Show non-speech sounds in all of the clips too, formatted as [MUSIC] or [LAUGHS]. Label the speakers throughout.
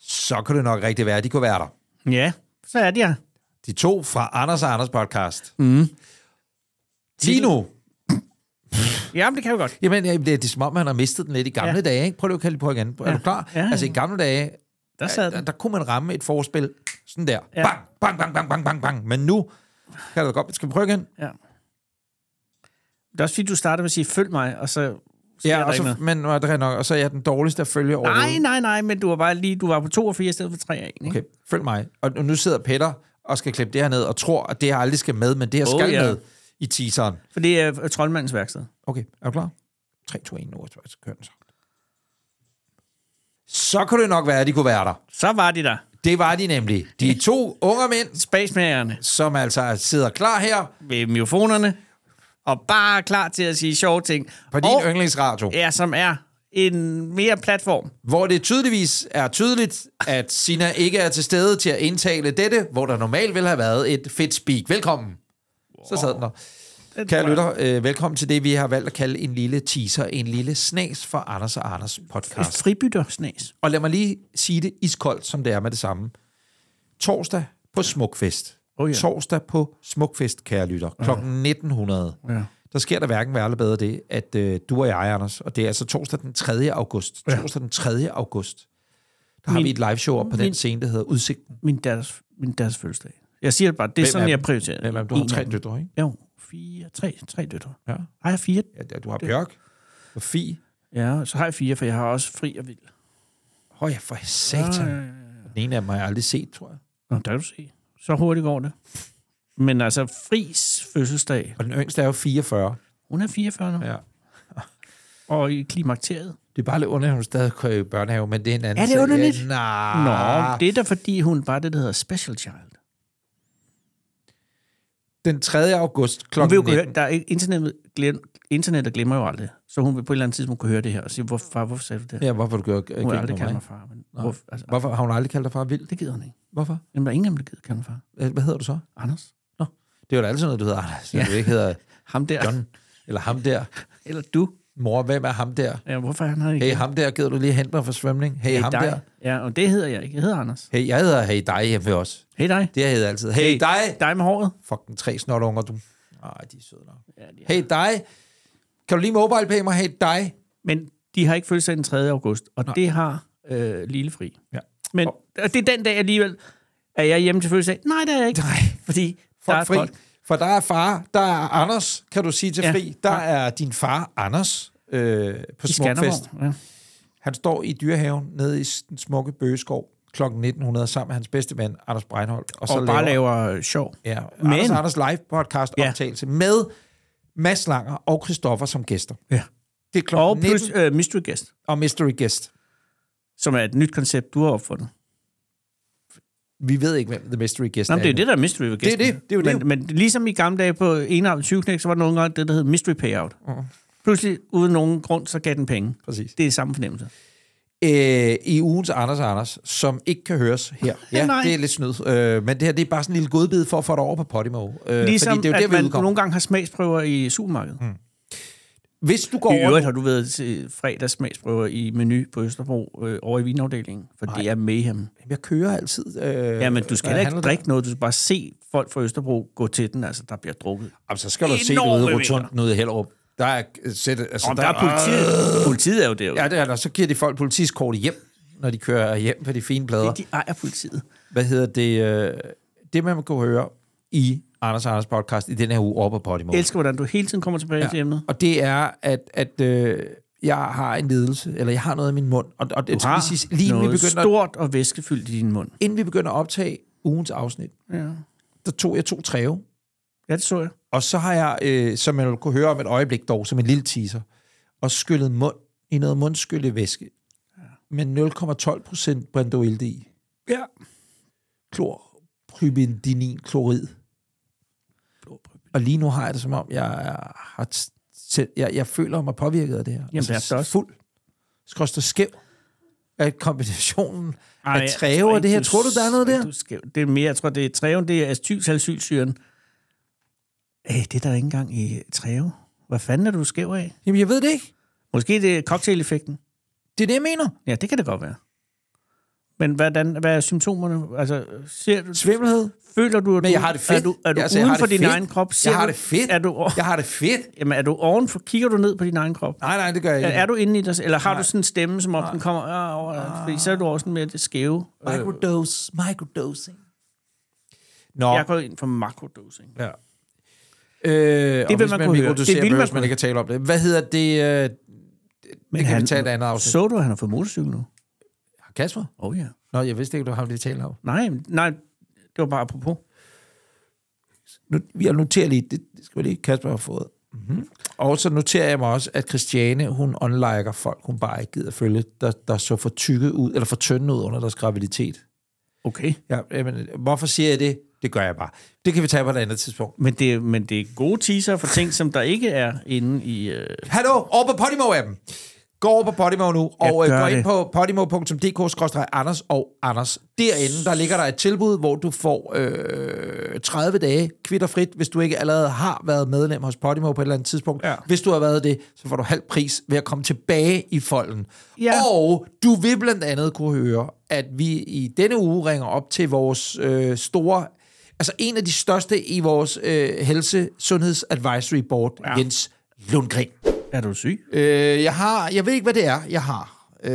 Speaker 1: så kunne det nok rigtig være, at de kunne være der.
Speaker 2: Ja, så er det jeg.
Speaker 1: De to fra Anders og Anders podcast. Mm. Tino.
Speaker 2: Jamen, det kan jeg jo godt.
Speaker 1: Jamen, det er, det er som om, han har mistet den lidt i gamle ja.
Speaker 2: Ja.
Speaker 1: dage. Ikke? Prøv lige at kalde på igen. Er
Speaker 2: Ja.
Speaker 1: du klar?
Speaker 2: Ja, ja.
Speaker 1: Altså, i gamle dage,
Speaker 2: Der
Speaker 1: der,
Speaker 2: sad
Speaker 1: der,
Speaker 2: den.
Speaker 1: der kunne man ramme et forspil. Sådan der.
Speaker 2: Ja.
Speaker 1: Bang, bang, bang, bang, bang, bang, bang. Men nu kan det da godt. Skal vi prøve igen?
Speaker 2: Ja. Det er også fordi, du starter med at sige, følg mig, og så sker
Speaker 1: Ja,
Speaker 2: der
Speaker 1: og
Speaker 2: ikke
Speaker 1: så,
Speaker 2: noget.
Speaker 1: men og det er nok, og så er jeg den dårligste at følge over.
Speaker 2: Nej, nej, nej, men du var bare lige, du var på 2 og 4 i stedet for 3 og 1, ikke?
Speaker 1: Okay, følg mig. Og nu sidder Peter og skal klippe det her ned, og tror, at det her aldrig skal med, men det her
Speaker 2: Oh,
Speaker 1: skal
Speaker 2: ja.
Speaker 1: med i teaseren.
Speaker 2: For det er øh, troldmandens værksted.
Speaker 1: Okay, er du klar? 3, 2, 1, nu så kører den så. Så kunne det nok være, at de kunne være der.
Speaker 2: Så var de der.
Speaker 1: Det var de nemlig. De er to unge mænd,
Speaker 2: Spacemagerne
Speaker 1: som altså sidder klar her
Speaker 2: ved mikrofonerne, og bare er klar til at sige sjove ting.
Speaker 1: på din
Speaker 2: og,
Speaker 1: yndlingsradio,
Speaker 2: Ja, som er en mere platform.
Speaker 1: hvor det tydeligvis er tydeligt, at Sina ikke er til stede til at indtale dette, hvor der normalt ville have været et fedt speak. Velkommen. Så sad den der.
Speaker 2: Den
Speaker 1: Kære
Speaker 2: tror
Speaker 1: lytter, øh, velkommen til det, vi har valgt at kalde en lille teaser, en lille snas for Anders og Anders
Speaker 2: jeg- Et
Speaker 1: podcast.
Speaker 2: fribyttersnæs.
Speaker 1: Og lad mig lige sige det iskoldt, som det er med det samme. Torsdag på Smukfest.
Speaker 2: Oh ja.
Speaker 1: Torsdag på Smukfest, kære lytter, kl. 1900.
Speaker 2: Ja.
Speaker 1: Der sker der hverken værre eller bedre det, at øh, du og jeg, Anders, og det er altså torsdag den 3. august. Torsdag den 3. august. Der har
Speaker 2: Min-
Speaker 1: vi et live show op på den
Speaker 2: min-
Speaker 1: scene, der hedder Udsigten.
Speaker 2: Min datters, min datters fødselsdag. Jeg siger det bare, det er
Speaker 1: Hvem
Speaker 2: sådan,
Speaker 1: er-
Speaker 2: jeg prioriterer.
Speaker 1: Hvem er det? Du
Speaker 2: En
Speaker 1: har tre
Speaker 2: af dem.
Speaker 1: døtre, ikke?
Speaker 2: Jo, fire, tre, tre døtre.
Speaker 1: Ja.
Speaker 2: Har jeg fire?
Speaker 1: ja. Du har Bjørk, Sofie.
Speaker 2: Ja, så har jeg fire, for jeg har også fri og vild.
Speaker 1: Åh oh, ja, for satan.
Speaker 2: Ja, ja, ja.
Speaker 1: Den ene af dem har jeg aldrig set, tror jeg.
Speaker 2: Nå, der kan du se. Så hurtigt går det. Men altså, Fris fødselsdag,
Speaker 1: Og den yngste er jo 44.
Speaker 2: hun er 44 nu, ja.
Speaker 1: Ja.
Speaker 2: og i klimakteriet.
Speaker 1: Det er bare lidt underligt, at hun stadig går i børnehave, men det er en anden
Speaker 2: Er det
Speaker 1: sag.
Speaker 2: underligt?
Speaker 1: Ja,
Speaker 2: Nå,
Speaker 1: nej.
Speaker 2: det er da fordi, hun var det, der hedder special child.
Speaker 1: Den 3. august kl.
Speaker 2: Hun vil jo
Speaker 1: 19.
Speaker 2: kunne høre, der er ikke, internettet, glem, internettet glemmer jo aldrig, så hun vil på et eller andet tidspunkt kunne høre det her og sige, hvorfor, far, hvorfor sagde du det? Ja,
Speaker 1: Ja, hvorfor har du gør, øh,
Speaker 2: hun vil
Speaker 1: griner
Speaker 2: aldrig
Speaker 1: med mig?
Speaker 2: kalde mig far, men hvorfor, altså,
Speaker 1: Hvorfor har hun aldrig kaldt dig far vild?
Speaker 2: det gider hun ikke.
Speaker 1: Hvorfor?
Speaker 2: Jamen, der er ingen, af dem, der gider kalde mig far.
Speaker 1: Øh, Hvad hedder du så?
Speaker 2: Anders?
Speaker 1: Det er jo da altid noget, du hedder Anders. Ja. Du ikke
Speaker 2: [LAUGHS]
Speaker 1: hedder
Speaker 2: Ham der.
Speaker 1: John, eller ham der.
Speaker 2: Eller du.
Speaker 1: Mor, hvem er ham der?
Speaker 2: Ja, hvorfor er han her ikke?
Speaker 1: Hey, ham der, gider du lige hente mig for svømning? Hey, hey ham dig. der.
Speaker 2: Ja, og det hedder jeg ikke. Jeg hedder Anders.
Speaker 1: Hey, jeg hedder Hey dig hjemme ved os.
Speaker 2: Hey dig.
Speaker 1: Det hedder altid. Hey, hey dig.
Speaker 2: Dig med håret.
Speaker 1: Fuck den tre snotunger, du. Ej, de er søde nok.
Speaker 2: Ja, de er.
Speaker 1: Hey dig. Kan du lige mobile pay mig? Hey dig.
Speaker 2: Men de har ikke følt sig den 3. august, og Nej. det har øh, Lillefri.
Speaker 1: Ja.
Speaker 2: Men og det er den dag alligevel, er jeg hjemme til fødselsdag? Nej, det er jeg ikke.
Speaker 1: Nej.
Speaker 2: Fordi der er
Speaker 1: Fuck fri.
Speaker 2: folk.
Speaker 1: For der er far, der er Anders, kan du sige til
Speaker 2: Ja.
Speaker 1: ja. fri. Der er din far, Anders, øh, på
Speaker 2: i
Speaker 1: Smukfest.
Speaker 2: Skanderborg. Ja.
Speaker 1: Han står i dyrehaven nede i den smukke bøgeskov kl. 1900 sammen med hans bedste ven, Anders Breinholt.
Speaker 2: Og, og bare laver øh, sjov.
Speaker 1: ja,
Speaker 2: Men-
Speaker 1: Men... Anders, og Anders live podcast
Speaker 2: Ja.
Speaker 1: optagelse med Mads Langer og Christoffer som gæster.
Speaker 2: Ja.
Speaker 1: Det er kl.
Speaker 2: Og
Speaker 1: 19
Speaker 2: plus øh, Mystery Guest,
Speaker 1: og Mystery Guest.
Speaker 2: som er et nyt koncept, du har opfundet.
Speaker 1: Vi ved ikke, hvem The Mystery Guest
Speaker 2: Nå, men det er
Speaker 1: nu.
Speaker 2: jo det, der er Mystery Guest.
Speaker 1: Det er det. Det er jo det.
Speaker 2: men, men ligesom i gamle dage på 21 20 knæk, så var der nogle gange det, der hed Mystery Payout. Uh. Pludselig, uden nogen grund, så gav den penge.
Speaker 1: Præcis.
Speaker 2: Det er samme fornemmelse.
Speaker 1: øh, i ugens Anders og Anders, som ikke kan høres
Speaker 2: [LAUGHS]
Speaker 1: her. Ja,
Speaker 2: Nej.
Speaker 1: det er lidt snyd. Øh, men det her det er bare sådan en lille godbid for at få dig over på Podimo. Øh,
Speaker 2: Ligesom
Speaker 1: fordi det er jo
Speaker 2: at
Speaker 1: der, vi
Speaker 2: man
Speaker 1: udkommer.
Speaker 2: nogle gange har smagsprøver i supermarkedet. Mm.
Speaker 1: Hvis du går
Speaker 2: I
Speaker 1: over...
Speaker 2: øvrigt har du været til fredags smagsprøver i menu på Østerbro øh, over i vinafdelingen, for Nej. det er mayhem.
Speaker 1: Jeg kører altid. Øh,
Speaker 2: Ja, men du
Speaker 1: når
Speaker 2: skal
Speaker 1: jeg
Speaker 2: da ikke
Speaker 1: Øh, handler
Speaker 2: drikke noget, du skal bare se folk fra Østerbro gå til den, altså der bliver drukket.
Speaker 1: der. Jamen, så skal du se det
Speaker 2: Enorme
Speaker 1: ude i
Speaker 2: mængder.
Speaker 1: rotunden ude i Hellerup. Der er, øh, sæt, altså,
Speaker 2: Og der er politiet. Politiet er jo derude.
Speaker 1: Ja, det er der. Så giver de folk politiskortet hjem, når de kører hjem på de fine plader.
Speaker 2: De ejer politiet.
Speaker 1: Hvad hedder det? Øh, det, man kunne høre i Anders og Anders podcast i den her uge over på Podimo.
Speaker 2: Jeg elsker, hvordan du hele tiden kommer tilbage ja. til emnet.
Speaker 1: Og det er, at, at øh, jeg har en lidelse, eller jeg har noget i min mund. Og, og det skal lige, siges, lige inden, vi
Speaker 2: noget
Speaker 1: begynder,
Speaker 2: stort og væskefyldt i din mund.
Speaker 1: inden vi begynder at optage ugens afsnit,
Speaker 2: Ja.
Speaker 1: der tog jeg to træve.
Speaker 2: ja, det så jeg.
Speaker 1: Og så har jeg, øh, som man kunne høre om et øjeblik dog, som en lille teaser, og skyllet mund i noget mundskyllevæske med 0,12 procent brindoilte i.
Speaker 2: Ja.
Speaker 1: Klorprybendinin klorid. Og lige nu har jeg det som om, jeg har t- selv, jeg, jeg føler mig påvirket af det her. Jamen,
Speaker 2: det er det også.
Speaker 1: Fuld. Skråster skæv. At kombinationen Ej,
Speaker 2: Ej,
Speaker 1: af
Speaker 2: jeg
Speaker 1: træve og
Speaker 2: ikke,
Speaker 1: det her. Tror du, der er noget
Speaker 2: tror ikke,
Speaker 1: der?
Speaker 2: du skal- Det er mere, jeg tror, det er træven, det er acetylsalicylsyren. Øh, det er der ikke engang i træve. Hvad fanden er du skæv af?
Speaker 1: Jamen, jeg ved det ikke.
Speaker 2: Måske det er cocktail-effekten.
Speaker 1: Det er det, jeg mener.
Speaker 2: Ja, det kan det godt være. Men hvordan, hvad er symptomerne? Altså, ser du,
Speaker 1: Svimmelhed?
Speaker 2: føler du, at
Speaker 1: Men
Speaker 2: du,
Speaker 1: jeg har det fedt.
Speaker 2: Er du, er du
Speaker 1: jeg, altså, jeg
Speaker 2: uden
Speaker 1: har
Speaker 2: for
Speaker 1: det
Speaker 2: din
Speaker 1: fedt.
Speaker 2: egen krop? Ser
Speaker 1: Jeg har
Speaker 2: du-
Speaker 1: det fedt.
Speaker 2: Er du,
Speaker 1: Jeg har det fedt.
Speaker 2: jamen, er du ovenfor? Kigger du ned på din egen krop?
Speaker 1: Nej, nej, det gør jeg
Speaker 2: Er,
Speaker 1: ikke.
Speaker 2: er du inde i dig selv? Eller har du sådan en stemme, som om den kommer øh, over? Ah. Fordi så er du også sådan mere det skæve. Øh,
Speaker 1: Microdose, microdosing. Nå,
Speaker 2: Jeg går ind for makrodosing.
Speaker 1: Ja. Øh, det
Speaker 2: vil man kunne høre.
Speaker 1: Det vil man kunne man ikke tale om det. Hvad hedder det? Øh, Men det kan han, vi tale i et andet afsnit.
Speaker 2: Så du, at han har fået motorcykel nu?
Speaker 1: Kasper?
Speaker 2: Oh ja.
Speaker 1: Nå, jeg vidste ikke, du har det tale om.
Speaker 2: Nej, men- nej, det var bare apropos.
Speaker 1: Nu, jeg noterer lige, det, det skal vi lige, Kasper har fået. Mm-hmm. Og så noterer jeg mig også, at Christiane, hun unliker folk, hun bare ikke gider følge, der, der så for tykke ud, eller for tynde ud under deres graviditet.
Speaker 2: Okay.
Speaker 1: Ja, jamen, hvorfor siger jeg det? Det gør jeg bare. Det kan vi tage på et andet tidspunkt.
Speaker 2: Men det, er- men det er gode teaser for ting, som der ikke er inde i... Øh,
Speaker 1: Hallo, over på Podimo-appen. Gå over på Podimo nu, og øh,
Speaker 2: gør
Speaker 1: gå ind
Speaker 2: det.
Speaker 1: på podimo.dk-anders og Anders. Derinde, der ligger der et tilbud, hvor du får øh, 30 dage kvitterfrit, hvis du ikke allerede har været medlem hos Podimo på et eller andet tidspunkt.
Speaker 2: Ja.
Speaker 1: Hvis du har været det, så får du halv pris ved at komme tilbage i folden.
Speaker 2: Ja.
Speaker 1: Og du vil blandt andet kunne høre, at vi i denne uge ringer op til vores øh, store... Altså en af de største i vores øh, helse-sundheds-advisory board, ja. Jens Lundgren.
Speaker 2: er du syg?
Speaker 1: Øh, jeg har, jeg ved ikke, hvad det er, jeg har. Øh,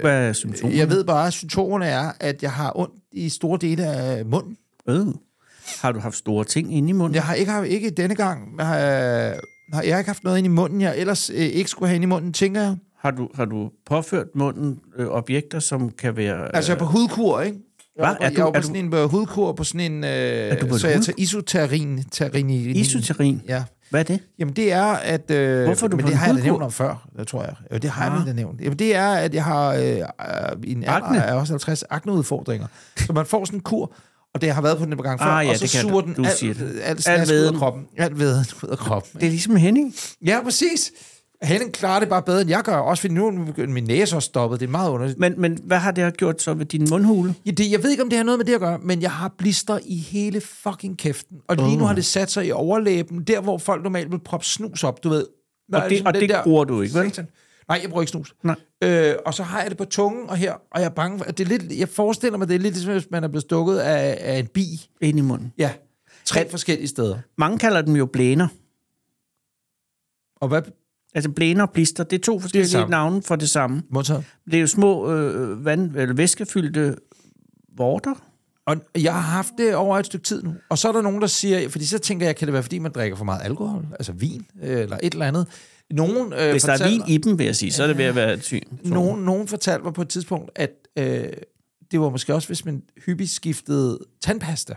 Speaker 2: Hvad er symptomerne?
Speaker 1: jeg ved bare, at symptomerne er, at jeg har ondt i store dele af munden.
Speaker 2: Øh. Har du haft store ting inde i munden?
Speaker 1: Jeg har ikke, har ikke denne gang, jeg har, har jeg har ikke haft noget ind i munden, jeg ellers øh, ikke skulle have ind i munden, tænker jeg.
Speaker 2: Har du, har du påført munden øh, objekter, som kan være... Øh,
Speaker 1: Altså, jeg er på hudkur, ikke? Jeg
Speaker 2: Hva?
Speaker 1: er, på,
Speaker 2: Er
Speaker 1: jeg
Speaker 2: du-
Speaker 1: er på
Speaker 2: er
Speaker 1: sådan en øh, hudkur på sådan en... Øh,
Speaker 2: du på
Speaker 1: så
Speaker 2: et
Speaker 1: jeg
Speaker 2: hud-
Speaker 1: tager isoterin. Terin,
Speaker 2: isoterin?
Speaker 1: Ja.
Speaker 2: Hvad er det?
Speaker 1: Jamen, det er, at... Øh,
Speaker 2: Hvorfor er du
Speaker 1: men
Speaker 2: på
Speaker 1: det
Speaker 2: en
Speaker 1: har jeg da
Speaker 2: hudkur?
Speaker 1: nævnt om før, det tror jeg. Jo, det har ah. jeg vel da nævnt. Jamen, det er, at jeg har øh, øh, i en alder
Speaker 2: Akne?
Speaker 1: af også 50 akneudfordringer. Så man får sådan en kur, og det har været på den et par gange før,
Speaker 2: Ah, ja,
Speaker 1: og så
Speaker 2: det kan
Speaker 1: suger
Speaker 2: du-
Speaker 1: den
Speaker 2: du
Speaker 1: alt,
Speaker 2: siger
Speaker 1: alt,
Speaker 2: det.
Speaker 1: alt,
Speaker 2: Al
Speaker 1: alt ud af
Speaker 2: væden.
Speaker 1: kroppen. Alt veden ud af kroppen.
Speaker 2: Det er ligesom Henning.
Speaker 1: Ja, præcis. Henning klarer det bare bedre, end jeg gør. Også fordi nu er min- min næse også stoppet. Det er meget underligt.
Speaker 2: Men, men hvad har det her gjort så ved din mundhule?
Speaker 1: Ja, det, jeg ved ikke, om det har noget med det at gøre, men jeg har blister i hele fucking kæften. Og lige
Speaker 2: Uh.
Speaker 1: nu har det sat sig i overlæben, der hvor folk normalt vil proppe snus op, du ved. Når ligesom
Speaker 2: Og det,
Speaker 1: altså,
Speaker 2: og
Speaker 1: den
Speaker 2: det
Speaker 1: der-
Speaker 2: bruger du ikke, vel?
Speaker 1: Satan. Nej, jeg bruger ikke snus.
Speaker 2: Nej.
Speaker 1: Øh, og så har jeg det på tungen og her, og jeg er bange for, at det er lidt, jeg forestiller mig, det er lidt ligesom, hvis man er blevet stukket af, af en bi.
Speaker 2: Ind i munden.
Speaker 1: Ja, tre forskellige steder.
Speaker 2: Mange kalder dem jo blæner.
Speaker 1: Og hvad
Speaker 2: Altså blæner og blister, det er to forskellige
Speaker 1: samme.
Speaker 2: det navne for det samme.
Speaker 1: modtaget?
Speaker 2: Det er jo små øh, vand, eller væskefyldte vorter.
Speaker 1: Og jeg har haft det over et stykke tid nu. Og så er der nogen, der siger, fordi så tænker jeg, kan det være, fordi man drikker for meget alkohol? Altså vin, øh, eller et eller andet. Nogen, øh,
Speaker 2: Hvis der er
Speaker 1: fortæller-
Speaker 2: vin i dem, vil jeg sige, så er det ved at være et syn.
Speaker 1: Nogen, nogen fortalte mig på et tidspunkt, at øh, det var måske også, hvis man hyppigt skiftede tandpasta.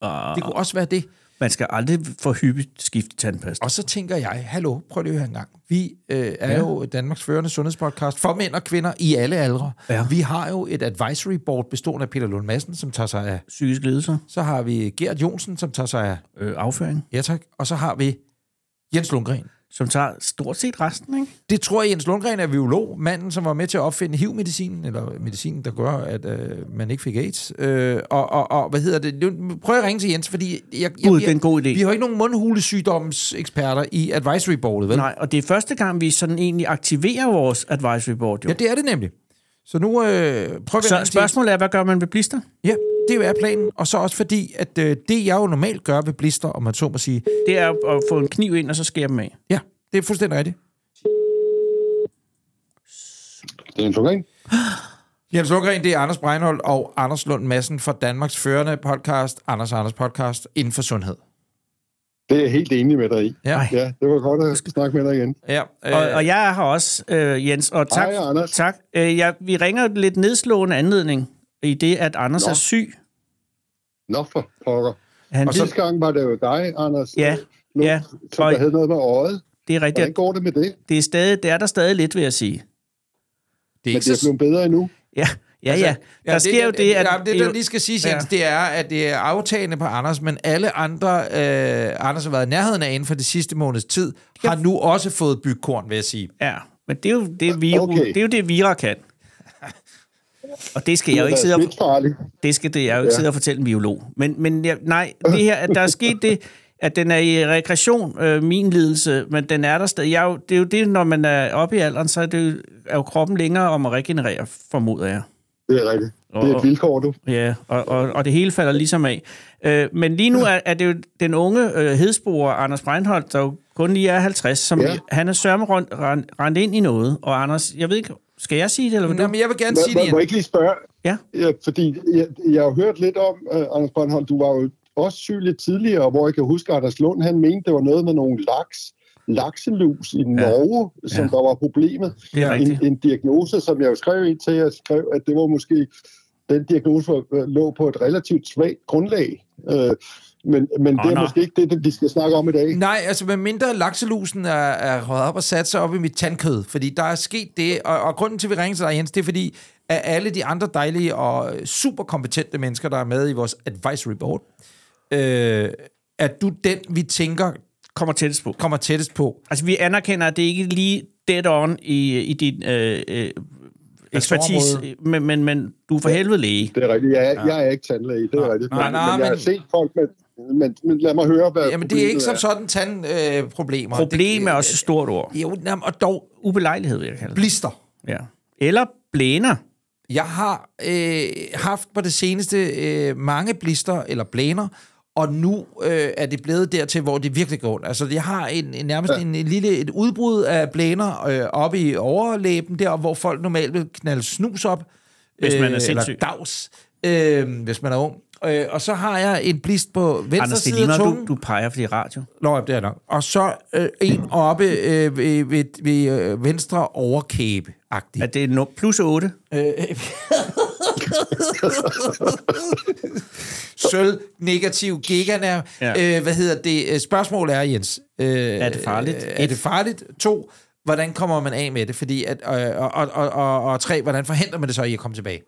Speaker 2: Og
Speaker 1: Det kunne også være det.
Speaker 2: man skal aldrig for hyppigt skifte tandpasta.
Speaker 1: Og så tænker jeg, hallo, prøv lige at høre en gang. Vi øh, er ja. jo Danmarks førende sundhedspodcast for mænd og kvinder i alle aldre.
Speaker 2: Ja.
Speaker 1: Vi har jo et advisory board bestående af Peter Lund Madsen, som tager sig af.
Speaker 2: Psykisk lidelser,
Speaker 1: Så har vi Gert Jonsen, som tager sig af.
Speaker 2: øh, afføring,
Speaker 1: Ja tak. Og så har vi Jens Lundgren.
Speaker 2: som tager stort set resten, ikke?
Speaker 1: Det tror jeg, Jens Lundgren er biolog, manden, som var med til at opfinde HIV-medicinen, eller medicinen, der gør, at øh, man ikke fik AIDS. Øh, og, og, og hvad hedder det? Nu Prøv at ringe til Jens, fordi jeg, jeg,
Speaker 2: Gud, det er
Speaker 1: jeg,
Speaker 2: en god idé.
Speaker 1: vi har jo ikke nogen mundhulesygdomseksperter i advisory boardet, vel?
Speaker 2: Nej, og det er første gang, vi sådan egentlig aktiverer vores advisory board, jo.
Speaker 1: Ja, det er det nemlig. Så nu øh, prøv at
Speaker 2: Så
Speaker 1: ringe til Jens.
Speaker 2: spørgsmålet er, hvad gør man ved blister?
Speaker 1: Ja, det er jo er planen. Og så også fordi, at øh, det jeg jo normalt gør ved blister, om man så må sige,
Speaker 2: Det er at få en kniv ind, og så skære dem af.
Speaker 1: ja, det er fuldstændig rigtigt.
Speaker 3: Det er en okay.
Speaker 1: Jens Lundgren, det er Anders Breinholt og Anders Lund Madsen fra Danmarks førende podcast, Anders og Anders podcast, inden for sundhed.
Speaker 3: Det er jeg helt enig med dig i.
Speaker 1: Ja.
Speaker 3: Ja, det var godt at snakke med dig igen.
Speaker 1: Ja, øh,
Speaker 2: Og, og jeg er her også, øh, Jens, og tak.
Speaker 3: Hej, Anders.
Speaker 2: tak. Øh, jeg, vi ringer lidt nedslående anledning i det, at Anders
Speaker 3: Nå.
Speaker 2: er syg.
Speaker 3: Nå for pokker.
Speaker 2: Han
Speaker 3: Og
Speaker 2: ved-
Speaker 3: sidste gang var det jo dig, Anders,
Speaker 2: Ja,
Speaker 3: nu,
Speaker 2: ja.
Speaker 3: som
Speaker 2: Og-
Speaker 3: der havde noget med øjet.
Speaker 2: det er rigtigt.
Speaker 3: Hvordan går det med det?
Speaker 2: Det er, stadig, det er der stadig lidt, vil jeg sige.
Speaker 1: det er
Speaker 3: Men
Speaker 1: ikke
Speaker 3: det er
Speaker 1: så...
Speaker 3: blevet bedre endnu.
Speaker 2: Ja, ja,
Speaker 1: Altså,
Speaker 2: ja. Der sker jo det, at...
Speaker 1: Ja, det, der lige skal siges, Jens,
Speaker 2: Ja.
Speaker 1: det er, at det er aftagende på Anders, men alle andre, øh, Anders har været i nærheden af inden for de sidste måneds tid, har nu også fået bygkorn, vil jeg sige.
Speaker 2: Ja, men det er jo det, Vira,
Speaker 3: Okay.
Speaker 2: okay. det, er jo det, Vira kan. Og det skal jeg jo ikke sidde og...
Speaker 3: Det
Speaker 2: Det skal det, jeg jo ikke sidde og fortælle en biolog. Men, men jeg, nej, det her, at der er sket det, at den er i regression, øh, min lidelse, men den er der stadig. Jeg, er jo- det er jo det, når man er oppe i alderen, så er, det jo, er jo kroppen længere om at regenerere, formoder jeg.
Speaker 3: Det er rigtigt. Det er et vilkår, du.
Speaker 2: Ja, og, og, og det hele falder ligesom af. Øh, men lige nu er, er det jo den unge øh, hedsbruger Anders Breinholt, der jo kun lige er 50, som ja.
Speaker 3: Ja.
Speaker 2: han er sørme rendt rend, rend ind i noget. Og Anders, jeg ved ikke, skal jeg sige det, eller hvad
Speaker 1: Nå,
Speaker 2: du?
Speaker 1: men jeg vil gerne sige
Speaker 3: Må,
Speaker 1: det
Speaker 3: må, må
Speaker 1: igen.
Speaker 3: jeg ikke lige spørge?
Speaker 2: Ja.
Speaker 3: ja fordi jeg, jeg har hørt lidt om, uh, Anders Brøndholm, du var jo også syg lidt tidligere, hvor jeg kan huske, at Anders Lund, han mente, det var noget med nogle laks, lakselus i Norge, som
Speaker 2: Ja.
Speaker 3: der var problemet.
Speaker 2: Det er rigtigt.
Speaker 3: En, en diagnose, som jeg jo skrev ind til, jeg skrev, at det var måske, den diagnose var, øh, lå på et relativt svagt grundlag. Øh, men men
Speaker 2: Åh,
Speaker 3: det er
Speaker 2: nå.
Speaker 3: måske ikke det, vi skal snakke om i dag.
Speaker 1: Nej, altså med mindre lakselusen er, er røget op og sat sig op i mit tandkød, fordi der er sket det, og, og grunden til, at vi ringer til dig, Jens, det er fordi, at alle de andre dejlige og super kompetente mennesker, der er med i vores advisory board, øh, at du den, vi tænker
Speaker 2: Kommer tættest på.
Speaker 1: kommer tættest på.
Speaker 2: Altså, vi anerkender, at det ikke er lige dead on i, i din øh, øh, ekspertise,
Speaker 1: Ressortområde.
Speaker 2: men, men, men du er for helvede læge.
Speaker 3: Det er rigtigt. Jeg, ja. jeg er ikke tandlæge, det er rigtigt.
Speaker 1: nej,
Speaker 3: men,
Speaker 1: nej,
Speaker 3: men jeg har
Speaker 1: men-
Speaker 3: set folk med... Men, men lad mig høre, hvad
Speaker 1: Jamen, det er ikke som
Speaker 3: problemet
Speaker 1: sådan tandproblemer. Øh, problemer.
Speaker 2: Problem er
Speaker 1: Det-
Speaker 2: også et stort ord.
Speaker 1: Jo, jamen, og dog
Speaker 2: Ubelejlighed, vil jeg kalde det.
Speaker 1: blister.
Speaker 2: Ja. Eller blæner.
Speaker 1: Jeg har øh, haft på det seneste øh, mange blister eller blæner, og nu øh, er det blevet dertil, hvor det virkelig går ondt. Altså, jeg har en, en nærmest en, en lille et udbrud af blæner øh, oppe i overlæben, der hvor folk normalt vil knalde snus op. øh,
Speaker 2: Hvis man er
Speaker 1: Eller
Speaker 2: sindssyg.
Speaker 1: dags, øh, hvis man er ung. Øh, og så har jeg en blist på venstre
Speaker 2: Anders, det
Speaker 1: side af
Speaker 2: ligner,
Speaker 1: tungen.
Speaker 2: du, du peger, fordi det er radio.
Speaker 1: Nå, ja, det er nok. Og så øh, en oppe øh, ved, ved, ved øh, venstre overkæbe-agtigt.
Speaker 2: Er det no- plus 8?
Speaker 1: Øh, [LAUGHS] Sølv, negativ, giganær.
Speaker 2: Ja.
Speaker 1: Ja. Øh, hvad hedder det? Øh, Spørgsmålet er, Jens. Øh, er
Speaker 2: det farligt?
Speaker 1: Er det farligt? To, hvordan kommer man af med det? Fordi at, øh, og, og, og, og, og tre, hvordan forhindrer man det så i at komme tilbage?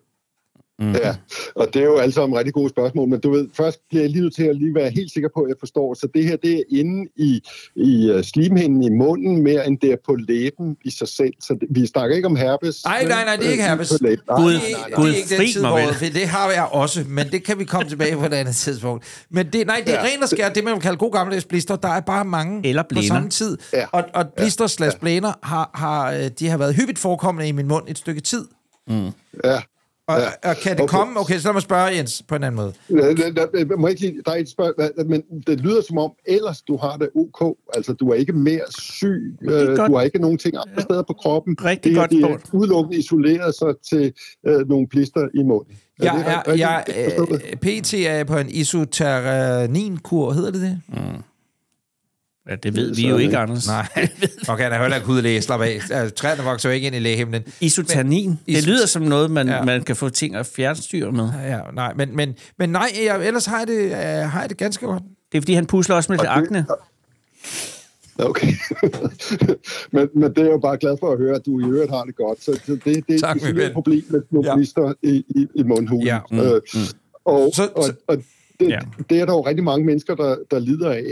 Speaker 3: Ja, og det er jo alle sammen rigtig gode spørgsmål, men du ved, først bliver jeg lige nødt til at lige være helt sikker på, at jeg forstår, så det her, det er inde i, i øh, slimhinden i munden, mere end det er på læben i sig selv, så det, vi snakker ikke om herpes.
Speaker 1: Nej, nej, nej, det er ikke
Speaker 3: Øh,
Speaker 1: herpes.
Speaker 3: på læben. Nej,
Speaker 2: Gud,
Speaker 1: Det er-
Speaker 2: Gud
Speaker 1: det er ikke den
Speaker 2: fri
Speaker 1: tid,
Speaker 2: mig
Speaker 1: hvor-
Speaker 2: vel.
Speaker 1: for Det har jeg også, men det kan vi komme tilbage på et andet tidspunkt. Men det, nej, det er
Speaker 3: Ja.
Speaker 1: ja. ren og skær, det man vil kalde god gammeldags blister. Der er bare mange
Speaker 2: Eller
Speaker 1: på
Speaker 2: blæner.
Speaker 1: samme tid.
Speaker 3: Ja.
Speaker 1: Og, og blister slash blæner har, har, øh, de har været hyppigt forekommende i min mund et stykke tid.
Speaker 3: Ja.
Speaker 1: Og,
Speaker 3: Ja.
Speaker 1: og kan det
Speaker 3: Okay.
Speaker 1: komme? Okay, så lad mig spørge Jens på en anden måde.
Speaker 3: Lad- lad- lad- jeg Må ikke lige, der er et spørgsmål, men det lyder som om, ellers du har det ok, altså du er ikke mere syg,
Speaker 2: er
Speaker 3: øh,
Speaker 2: godt.
Speaker 3: du har ikke nogen ting andre steder på kroppen.
Speaker 2: Rigtig
Speaker 3: det, her,
Speaker 2: godt
Speaker 3: det er
Speaker 2: spurgt.
Speaker 3: udelukkende isoleret sig til øh, nogle plister i munden. Er det
Speaker 1: Jeg er,
Speaker 3: rigtigt
Speaker 1: jeg,
Speaker 3: forstået?
Speaker 1: øh, PT er på en isoteraninkur, hedder det det?
Speaker 2: Ja, det ved
Speaker 3: Det
Speaker 2: vi
Speaker 3: er
Speaker 2: jo
Speaker 3: sådan,
Speaker 2: ikke,
Speaker 3: ikke?
Speaker 2: Anders. [LAUGHS]
Speaker 1: Nej, okay, han er heller ikke hudlæge, slap af. Altså, træerne vokser jo ikke ind i lægehimlen.
Speaker 2: Isotanin. det
Speaker 1: Isot-
Speaker 2: lyder som noget, man, ja.
Speaker 1: Ja.
Speaker 2: man kan få ting at fjernstyre med.
Speaker 1: Ja, nej, men, men, men nej, jeg, ellers har jeg, det, øh, har jeg det ganske godt.
Speaker 2: Det er, fordi han pusler også med lidt
Speaker 3: det-
Speaker 2: akne.
Speaker 3: Okay. [LAUGHS] men, men det er jeg jo bare glad for at høre, at du i øvrigt har det godt. Så det, det, det
Speaker 1: Tak,
Speaker 3: er
Speaker 1: min
Speaker 3: et
Speaker 1: ven.
Speaker 3: et problem med nogle
Speaker 1: Ja.
Speaker 3: blister i, i, i mundhulen.
Speaker 1: Ja.
Speaker 3: Mm, øh, Og,
Speaker 1: Så-
Speaker 3: og,
Speaker 1: så-
Speaker 3: og
Speaker 2: Ja.
Speaker 3: det, ja. det er der jo rigtig mange mennesker, der, der lider af.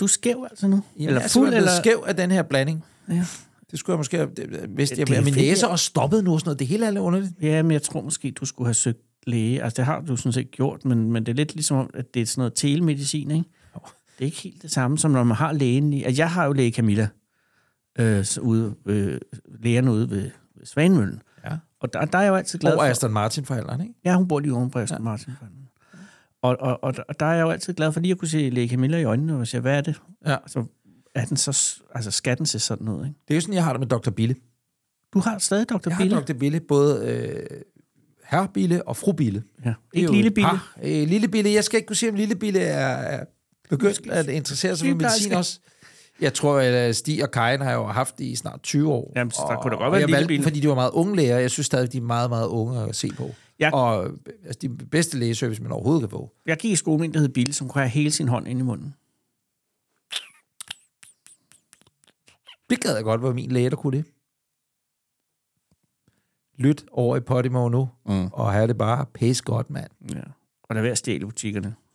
Speaker 2: Du er skæv altså nu?
Speaker 1: Jamen,
Speaker 2: eller
Speaker 1: jeg er
Speaker 2: fuld,
Speaker 1: simpelthen
Speaker 2: eller...
Speaker 1: blevet skæv af den her blanding.
Speaker 2: Ja.
Speaker 1: Det skulle jeg måske have det- vidst.
Speaker 2: Det-
Speaker 1: Jeg,
Speaker 2: det er
Speaker 1: min
Speaker 2: fedt,
Speaker 1: næse
Speaker 2: ja.
Speaker 1: er også stoppet nu og sådan noget. Det hele er lidt underligt.
Speaker 2: Ja, men jeg tror måske, du skulle have søgt læge. Altså, det har du sådan set gjort, men, men det er lidt ligesom, om, at det er sådan noget telemedicin, ikke? Det er ikke helt det samme, som når man har lægen i... Altså, jeg har jo læge Camilla, øh, så ude, øh, lægerne ude ved, ved Svanemøllen.
Speaker 1: Ja.
Speaker 2: Og der, der er jeg jo altid glad
Speaker 1: Glad
Speaker 2: for...
Speaker 1: Over Aston Martin forældrene, ikke?
Speaker 2: Ja, hun bor lige oven på Aston Martin. Og, og, og, og der er jeg jo altid glad for lige at kunne se Læge Camilla i øjnene, og sige, hvad er det?
Speaker 1: Ja.
Speaker 2: Så er den så, s- altså skal den se sådan ud, ikke?
Speaker 1: Det er jo sådan, jeg har det med Dr. Bille.
Speaker 2: Du har stadig Dr.
Speaker 1: Jeg har
Speaker 2: Bille.
Speaker 1: Dr. Bille, både øh, herre Bille og fru Bille.
Speaker 2: Ja.
Speaker 1: Det er jo
Speaker 2: Ikke Lille
Speaker 1: et
Speaker 2: Bille.
Speaker 1: par. Øh, lille Bille, jeg skal ikke kunne sige, om Lille Bille er, er begyndt at interessere sig for medicin
Speaker 2: Sygeplejerske.
Speaker 1: også. Jeg tror, at øh, Stig og Kajen har jeg jo haft i snart 20 år.
Speaker 2: Jamen, så der
Speaker 1: og,
Speaker 2: kunne da godt
Speaker 1: og
Speaker 2: være
Speaker 1: jeg
Speaker 2: Lille
Speaker 1: valgte dem,
Speaker 2: Bille.
Speaker 1: fordi de var meget unge læger. Jeg synes stadig, de er meget, meget unge at se på.
Speaker 2: Jeg-
Speaker 1: Og øh, altså, de bedste lægeservice, man overhovedet kan få.
Speaker 2: Jeg gik i skole med en, der hed Bille, som kunne have hele sin hånd ind i munden.
Speaker 1: Det gad jeg godt, hvor min læge, der kunne det. Lyt over i Podimo nu, mm. og have det bare pisse godt, mand.
Speaker 2: Ja. Og der er ved at stjæle i butikkerne.